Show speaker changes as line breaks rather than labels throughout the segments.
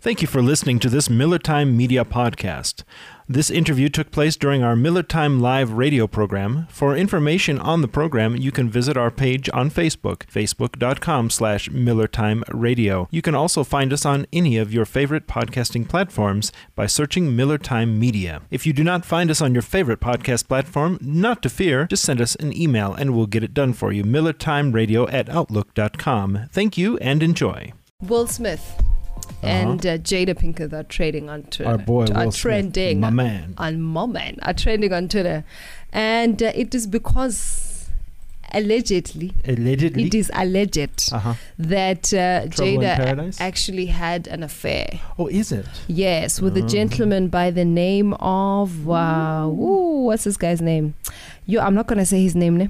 Thank you for listening to this Miller Time Media Podcast. This interview took place during our Miller Time Live radio program. For information on the program, you can visit our page on Facebook, facebook.com slash Miller Time Radio. You can also find us on any of your favorite podcasting platforms by searching Miller Time Media. If you do not find us on your favorite podcast platform, not to fear, just send us an email and we'll get it done for you, millertimeradio at outlook.com. Thank you and enjoy.
Will Smith and uh, Jada Pinkett are trading on Twitter.
Ah,
Our boy
are
Will Smith,
trending.
my man.
On my man are trending on Twitter, and uh, it is because allegedly
Allegedly.
it is alleged
Uh-huh.
that uh,
Trouble in
Jada
Paradise?
actually had an affair.
Oh, is it?
Yes, with a gentleman by the name of wow, ooh, what's this guy's name? Yo, I'm not gonna say his name. Ne?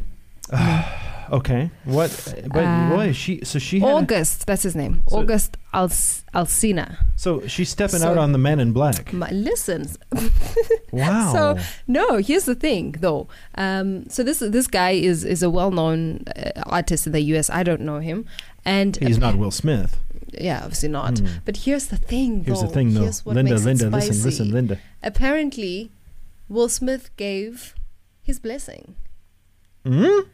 Okay. What? But
Uh,
boy, she so she had a-
August, that's his name.
So-
August Alc- Alcina.
so she's stepping
So-
out on the man in black.
My, listen,
Wow.
So no, here's the thing though. Um, so this this guy is is a well known uh, artist in the U.S. I don't know him, and uh,
he's not Will Smith.
yeah, obviously not.
Mm.
But here's the thing.
Here's
though.
the thing, though.
Here's what
Linda,
makes it
Linda, listen,
spicy.
listen, Linda.
Apparently, Will Smith gave his blessing.
Mm?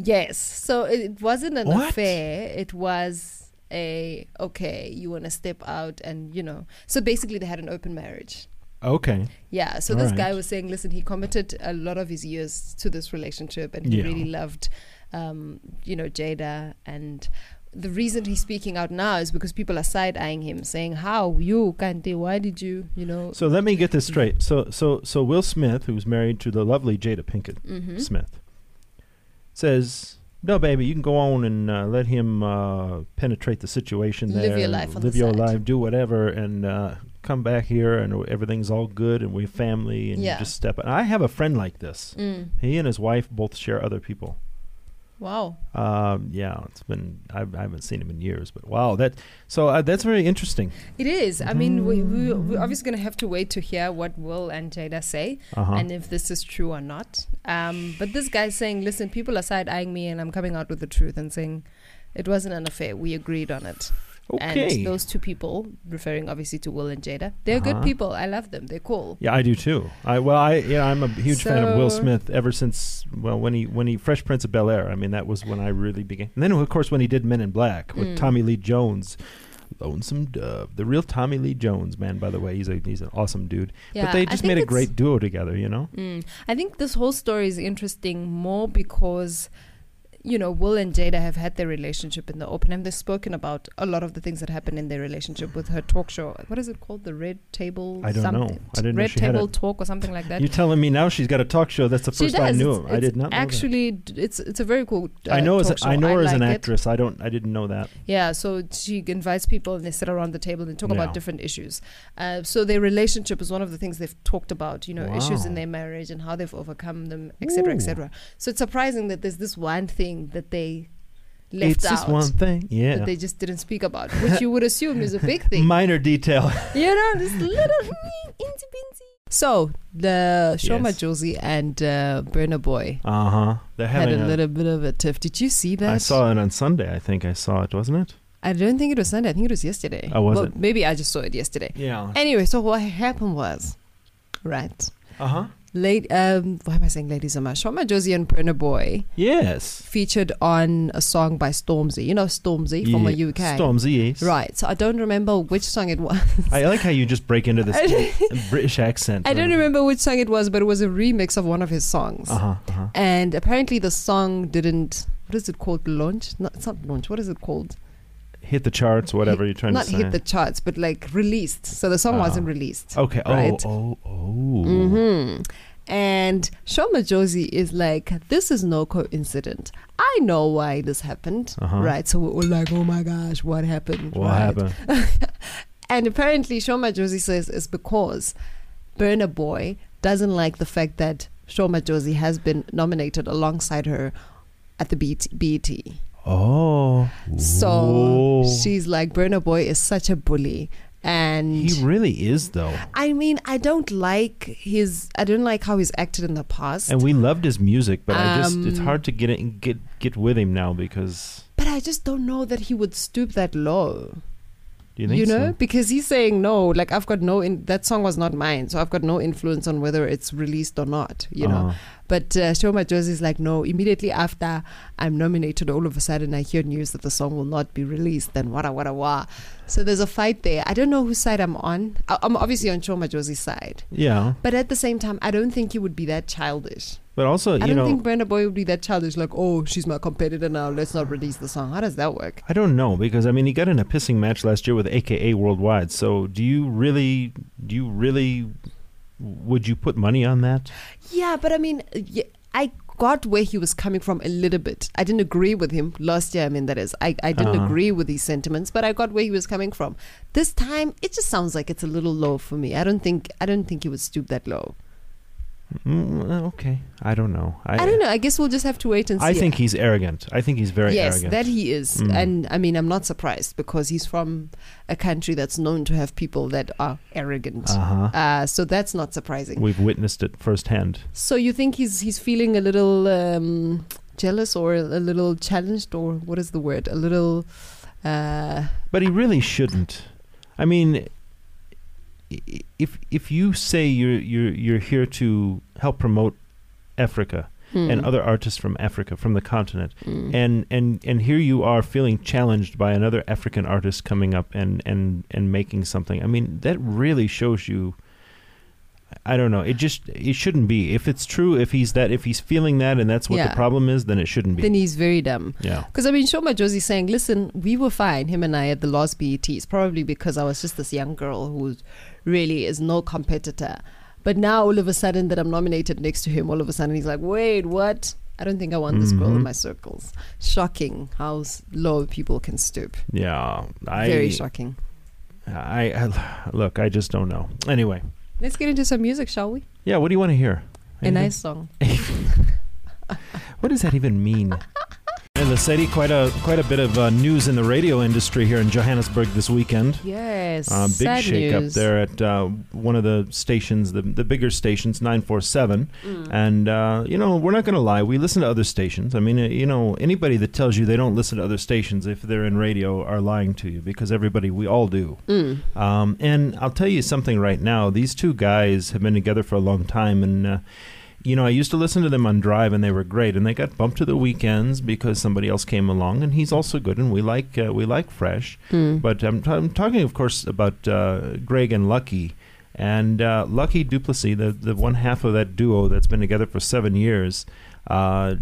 Yes. So it, it wasn't an
What?
affair. It was a okay. You want to step out, and you know. So basically, they had an open marriage.
Okay.
Yeah. So
All
this
right.
guy was saying, listen, he committed a lot of his years to this relationship, and he
Yeah.
really loved, um, you know, Jada. And the reason he's speaking out now is because people are side eyeing him, saying, "How you, Kante? Why did you, you know?"
So let me get this straight. So so so Will Smith, who's married to the lovely Jada Pinkett
Mhm.
Smith, says, "No, baby, you can go on and uh, let him uh, penetrate the situation
Live
there.
your
and
life on the
live your
side."
life, do whatever, and uh, come back here, and everything's all good, and we're family, and you
Yeah.
just step." out. I have a friend like this.
Mm.
He and his wife both share other people.
Wow.
Um, yeah, it's been I've, I haven't seen him in years, but wow, that so uh, that's very interesting.
It is. I mean, we, we, we're obviously going to have to wait to hear what Will and Jada say
Uh-huh.
and if this is true or not. Um, but this guy's saying, listen, people are side eyeing me and I'm coming out with the truth and saying it wasn't an affair. We agreed on it.
Okay,
And those two people, referring obviously to Will and Jada, they're good
Uh-huh.
people. I love them. They're cool.
yeah, I do too. I well, I yeah, I'm a huge fan of Will
So-
Smith ever since well when he when he Fresh Prince of Bel Air. I mean, that was when I really began. And then of course when he did Men in Black with
Mm.
Tommy Lee Jones. Lonesome Dove, the real Tommy Lee Jones man. By the way, he's a he's an awesome dude.
Yeah,
but they
I
just
think
made a
it's-
great duo together, you know.
Mm. I think this whole story is interesting more because, you know, Will and Jada have had their relationship in the open and they've spoken about a lot of the things that happened in their relationship with her talk show. What is it called? The Red Table?
I don't know.
something-
I didn't know
Red
she had
Table
a-
Talk or something like that.
You're telling me now she's got a talk show. That's the
she
first I
does.
knew
It's-
him. I
it's
did not know that.
Actually, d- it's it's a very cool. Uh,
I know as
talk
a, I
show.
know her as an
like it.
actress. I don't. I didn't know that.
Yeah, so she invites people and they sit around the table and talk
Yeah.
about different issues. Uh, so their relationship is one of the things they've talked about, you know, issues in
Wow.
their marriage and how they've overcome them, etc.,
Ooh.
etc. So it's surprising that there's this one thing that they left
it's
out
just one thing.
that
Yeah.
they just didn't speak about, which you would assume is a big thing.
Minor detail.
you know, this little insy bincy. So the Shoma
Yes.
Josie and uh, Burner Boy
Uh huh. They're
had
having
a
a.
little bit of a tiff. Did you see that?
I saw it on Sunday. I think I saw it, wasn't it?
I don't think it was Sunday. I think it was yesterday.
Oh, was
well,
it?
Maybe I just saw it yesterday.
Yeah.
Anyway, so what happened was, right?
Uh huh.
Late, um, why am I saying ladies so much? Shoma Josie and Brenna Boy
Yes.
featured on a song by Stormzy. You know Stormzy from
Yeah.
the UK,
Stormzy. Yes.
right? So I don't remember which song it was.
I like how you just break into
I
this British accent.
I don't remember which song it was, but it was a remix of one of his songs.
Uh huh. Uh-huh.
And apparently, the song didn't. What is it called? Launch? No, it's not launch. What is it called?
Hit the charts, whatever you're trying
not
to say.
hit the charts, but like released. So the song
Ah.
wasn't released.
okay. Oh.
right.
Oh. Oh.
hmm And Shoma Josie is like, this is no coincidence. I know why this happened,
Uh-huh.
right? So we're all like, oh my gosh, what happened?
What
right?
happened?
And apparently, Shoma Josie says it's because Burner Boy doesn't like the fact that Shoma Josie has been nominated alongside her at the BET. BET.
Oh.
E So
Whoa.
she's like, Burner Boy is such a bully. And
He really is though,
I mean, I don't like his. I don't like how he's acted in the past.
and we loved his music, but I just—it's
Um,
hard to get it, get get with him now because
But I just don't know that he would stoop that low.
Do you think
know,
so?
because he's saying no. Like I've got no. In- that song was not mine, so I've got no influence on whether it's released or not. You know.
Uh-huh.
But uh, Shoma Jones is like, no, immediately after I'm nominated, all of a sudden I hear news that the song will not be released, then wada wada wah. So there's a fight there. I don't know whose side I'm on. I- I'm obviously on Shoma Josie's side.
Yeah,
But at the same time, I don't think he would be that childish.
but also
I
you
don't
know
think Brenda Boy would be that childish, like, oh, she's my competitor now, let's not release the song. How does that work?
I don't know because I mean he got in a pissing match last year with AKA Worldwide. So do you really? Do you really? Would you put money on that?
Yeah, but I mean, y- I got where he was coming from a little bit. I didn't agree with him last year. I mean, that is, I, I didn't
Uh-huh.
agree with these sentiments, but I got where he was coming from. This time, it just sounds like it's a little low for me. I don't think I don't think he would stoop that low.
Mm, uh, okay, I don't know.
I, don't know. I guess we'll just have to wait and see.
I think he's arrogant. I think he's very
yes,
arrogant.
that he is,
Mm.
and I mean, I'm not surprised because he's from a country that's known to have people that are arrogant.
uh huh.
Uh, so that's not surprising.
We've witnessed it firsthand.
So you think he's he's feeling a little um, jealous or a little challenged or what is the word? A little. Uh,
But he really shouldn't. I mean, i- i- if if you say you're you're you're here to help promote Africa and
hmm.
other artists from Africa from the continent,
Hmm.
and and and here you are feeling challenged by another African artist coming up and and and making something. I mean, that really shows you. I don't know. It just it shouldn't be. If it's true, if he's that, if he's feeling that, and that's what
Yeah.
the problem is, then it shouldn't be.
Then he's very dumb.
yeah.
Because I mean, Shoma Josie's saying, listen, we were fine, him and I, at the last BETs, probably because I was just this young girl who really is no competitor. But now, all of a sudden, that I'm nominated next to him, all of a sudden, he's like, wait, what? I don't think I want this girl in
Mhm.
my circles. Shocking how s- low people can stoop.
Yeah. I
Very shocking.
I, I look. I just don't know. Anyway,
Let's get into some music, shall we?
yeah. What do you want to hear?
A
Anything?
nice song.
What does that even mean? And Lesedi, quite a quite a bit of uh, news in the radio industry here in Johannesburg this weekend.
Yes.
Uh, big
sad
shake
news.
up there at uh, one of the stations, the the bigger stations, nine four seven.
Mm.
And uh, you know, we're not going to lie. We listen to other stations. I mean, uh, you know, anybody that tells you they don't listen to other stations if they're in radio are lying to you because everybody, we all do.
Mm.
Um, and I'll tell you something right now. These two guys have been together for a long time, and uh, you know I used to listen to them on Drive, and they were great. And they got bumped to the weekends because somebody else came along, and he's also good, and we like uh, we like Fresh.
Mm.
But I'm, t- I'm talking, of course, about uh, Greg and Lucky. And uh, Lucky Duplessis, the, the one half of that duo that's been together for seven years, uh,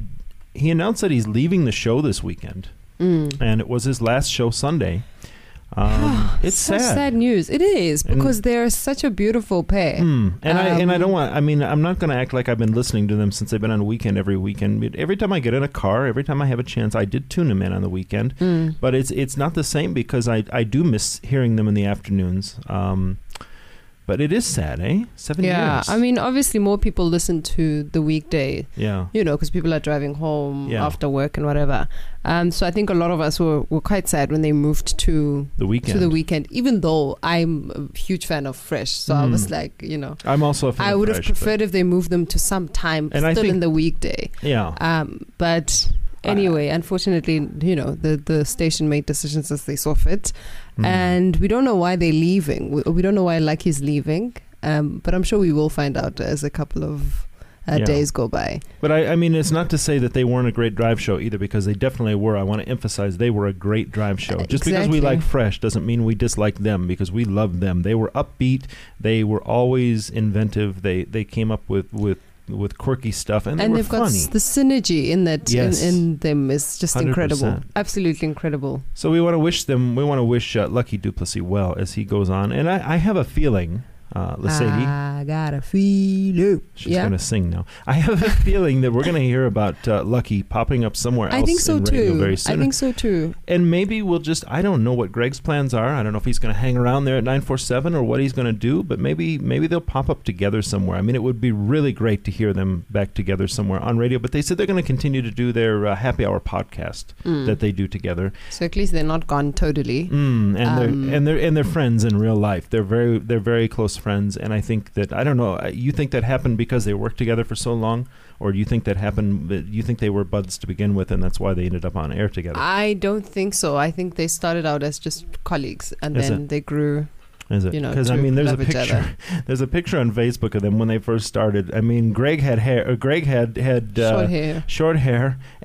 he announced that he's leaving the show this weekend.
Mm.
And it was his last show Sunday. Um, it's
Such sad news. It is
And-
because they're such a beautiful pair.
Hmm. And I and I don't
Um,
want. I mean, I'm not going to act like I've been listening to them since they've been on weekend every weekend. But every time I get in a car, every time I have a chance, I did tune them in on the weekend.
Mm.
But it's it's not the same because I I do miss hearing them in the afternoons. Um, but it is sad, eh? Seven
Yeah,
years.
I mean, obviously, more people listen to the weekday,
yeah.
you know, because people are driving home
Yeah.
after work and whatever. Um, so I think a lot of us were, were quite sad when they moved to
The weekend.
to the weekend. Even though I'm a huge fan of Fresh, so I was
Mm.
like, you know,
I'm also. A fan
I
of
would have
Fresh, but-
preferred if they moved them to some time
And I
still in
think-
the weekday.
Yeah.
Um, but anyway,
uh,
unfortunately, you know, the, the station made decisions as they saw fit.
Hmm.
And we don't know why they're leaving. We, we don't know why Lucky's leaving. Um, but I'm sure we will find out as a couple of uh,
Yeah.
days go by.
But I, I mean, it's not to say that they weren't a great drive show either, because they definitely were. I want to emphasize they were a great drive show.
Uh,
Just because we
exactly.
like Fresh doesn't mean we dislike them, because we love them. They were upbeat. They were always inventive. They they came up with with, with quirky stuff, and
And,
they were
they've got
funny.
s- the synergy in that
Yes.
in, in them is just incredible.
100%.
Absolutely incredible.
so we want to wish them. We want to wish uh, Lucky Duplessis well as he goes on. And I, I have a feeling, uh, Lesedi,
I got a feeling.
she's
yeah.
going to sing now. I have a feeling that we're going to hear about uh, Lucky popping up somewhere else
I think so
in radio
too.
very
I
soon.
think so too.
and maybe we'll just I don't know what Greg's plans are. I don't know if he's going to hang around there at 947 or what he's going to do, but maybe maybe they'll pop up together somewhere. I mean, it would be really great to hear them back together somewhere on radio, but they said they're going to continue to do their uh, happy hour podcast
Mm.
that they do together.
so at least they're not gone totally.
Mm, and
Um,
they're and they're and they're friends in real life. They're very they're very close close friends, and I think that I don't know. uh, You think that happened because they worked together for so long, or do you think that happened? that You think they were buds to begin with, and that's why they ended up on air together?
I don't think so. I think they started out as just colleagues and
Is
then they grew.
Is it?
you know,
Because I
to
mean, there's a
love each
picture.
other.
There's a picture on Facebook of them when they first started. I mean, Greg had hair. Uh, Greg had had uh,
short hair.
short hair,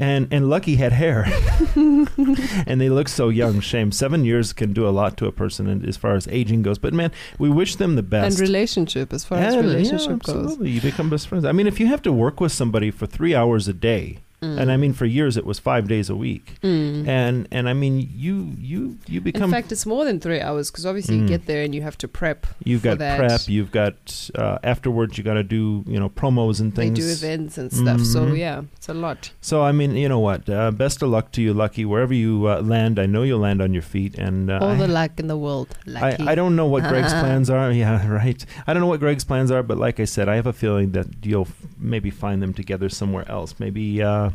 and and Lucky had hair, and they look so young. Shame. Seven years can do a lot to a person and as far as aging goes. But man, we wish them the best.
And relationship, as far as
And, yeah,
relationship goes.
absolutely. You become best friends. I mean, if you have to work with somebody for three hours a day,
Mm.
and I mean for years it was five days a week,
Mm.
and and I mean you you you
In
become
fact, it's more than three hours because obviously
Mm.
you get there and you have to prep.
You've
for
got
that.
prep. You've got uh, afterwards. You got to do you know promos and
They
things.
do events and stuff. So
Mhm.
yeah, it's a lot.
So I mean, you know what? Uh, best of luck to you, Lucky. Wherever you uh, land, I know you'll land on your feet. And uh,
All
I-
the luck in the world.
I,
Lucky.
I don't know what Greg's
Ah.
plans are. Yeah, right. I don't know what Greg's plans are, but like I said, I have a feeling that you'll f- maybe find them together somewhere else. Maybe uh,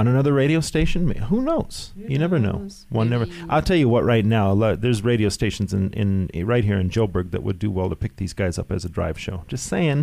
on another radio station. Ma- Who knows? You never know. One never. I'll tell you what. Right now, lo- there's radio stations in, in right here in Joburg that would do well to pick these guys up as a drive show. Just saying.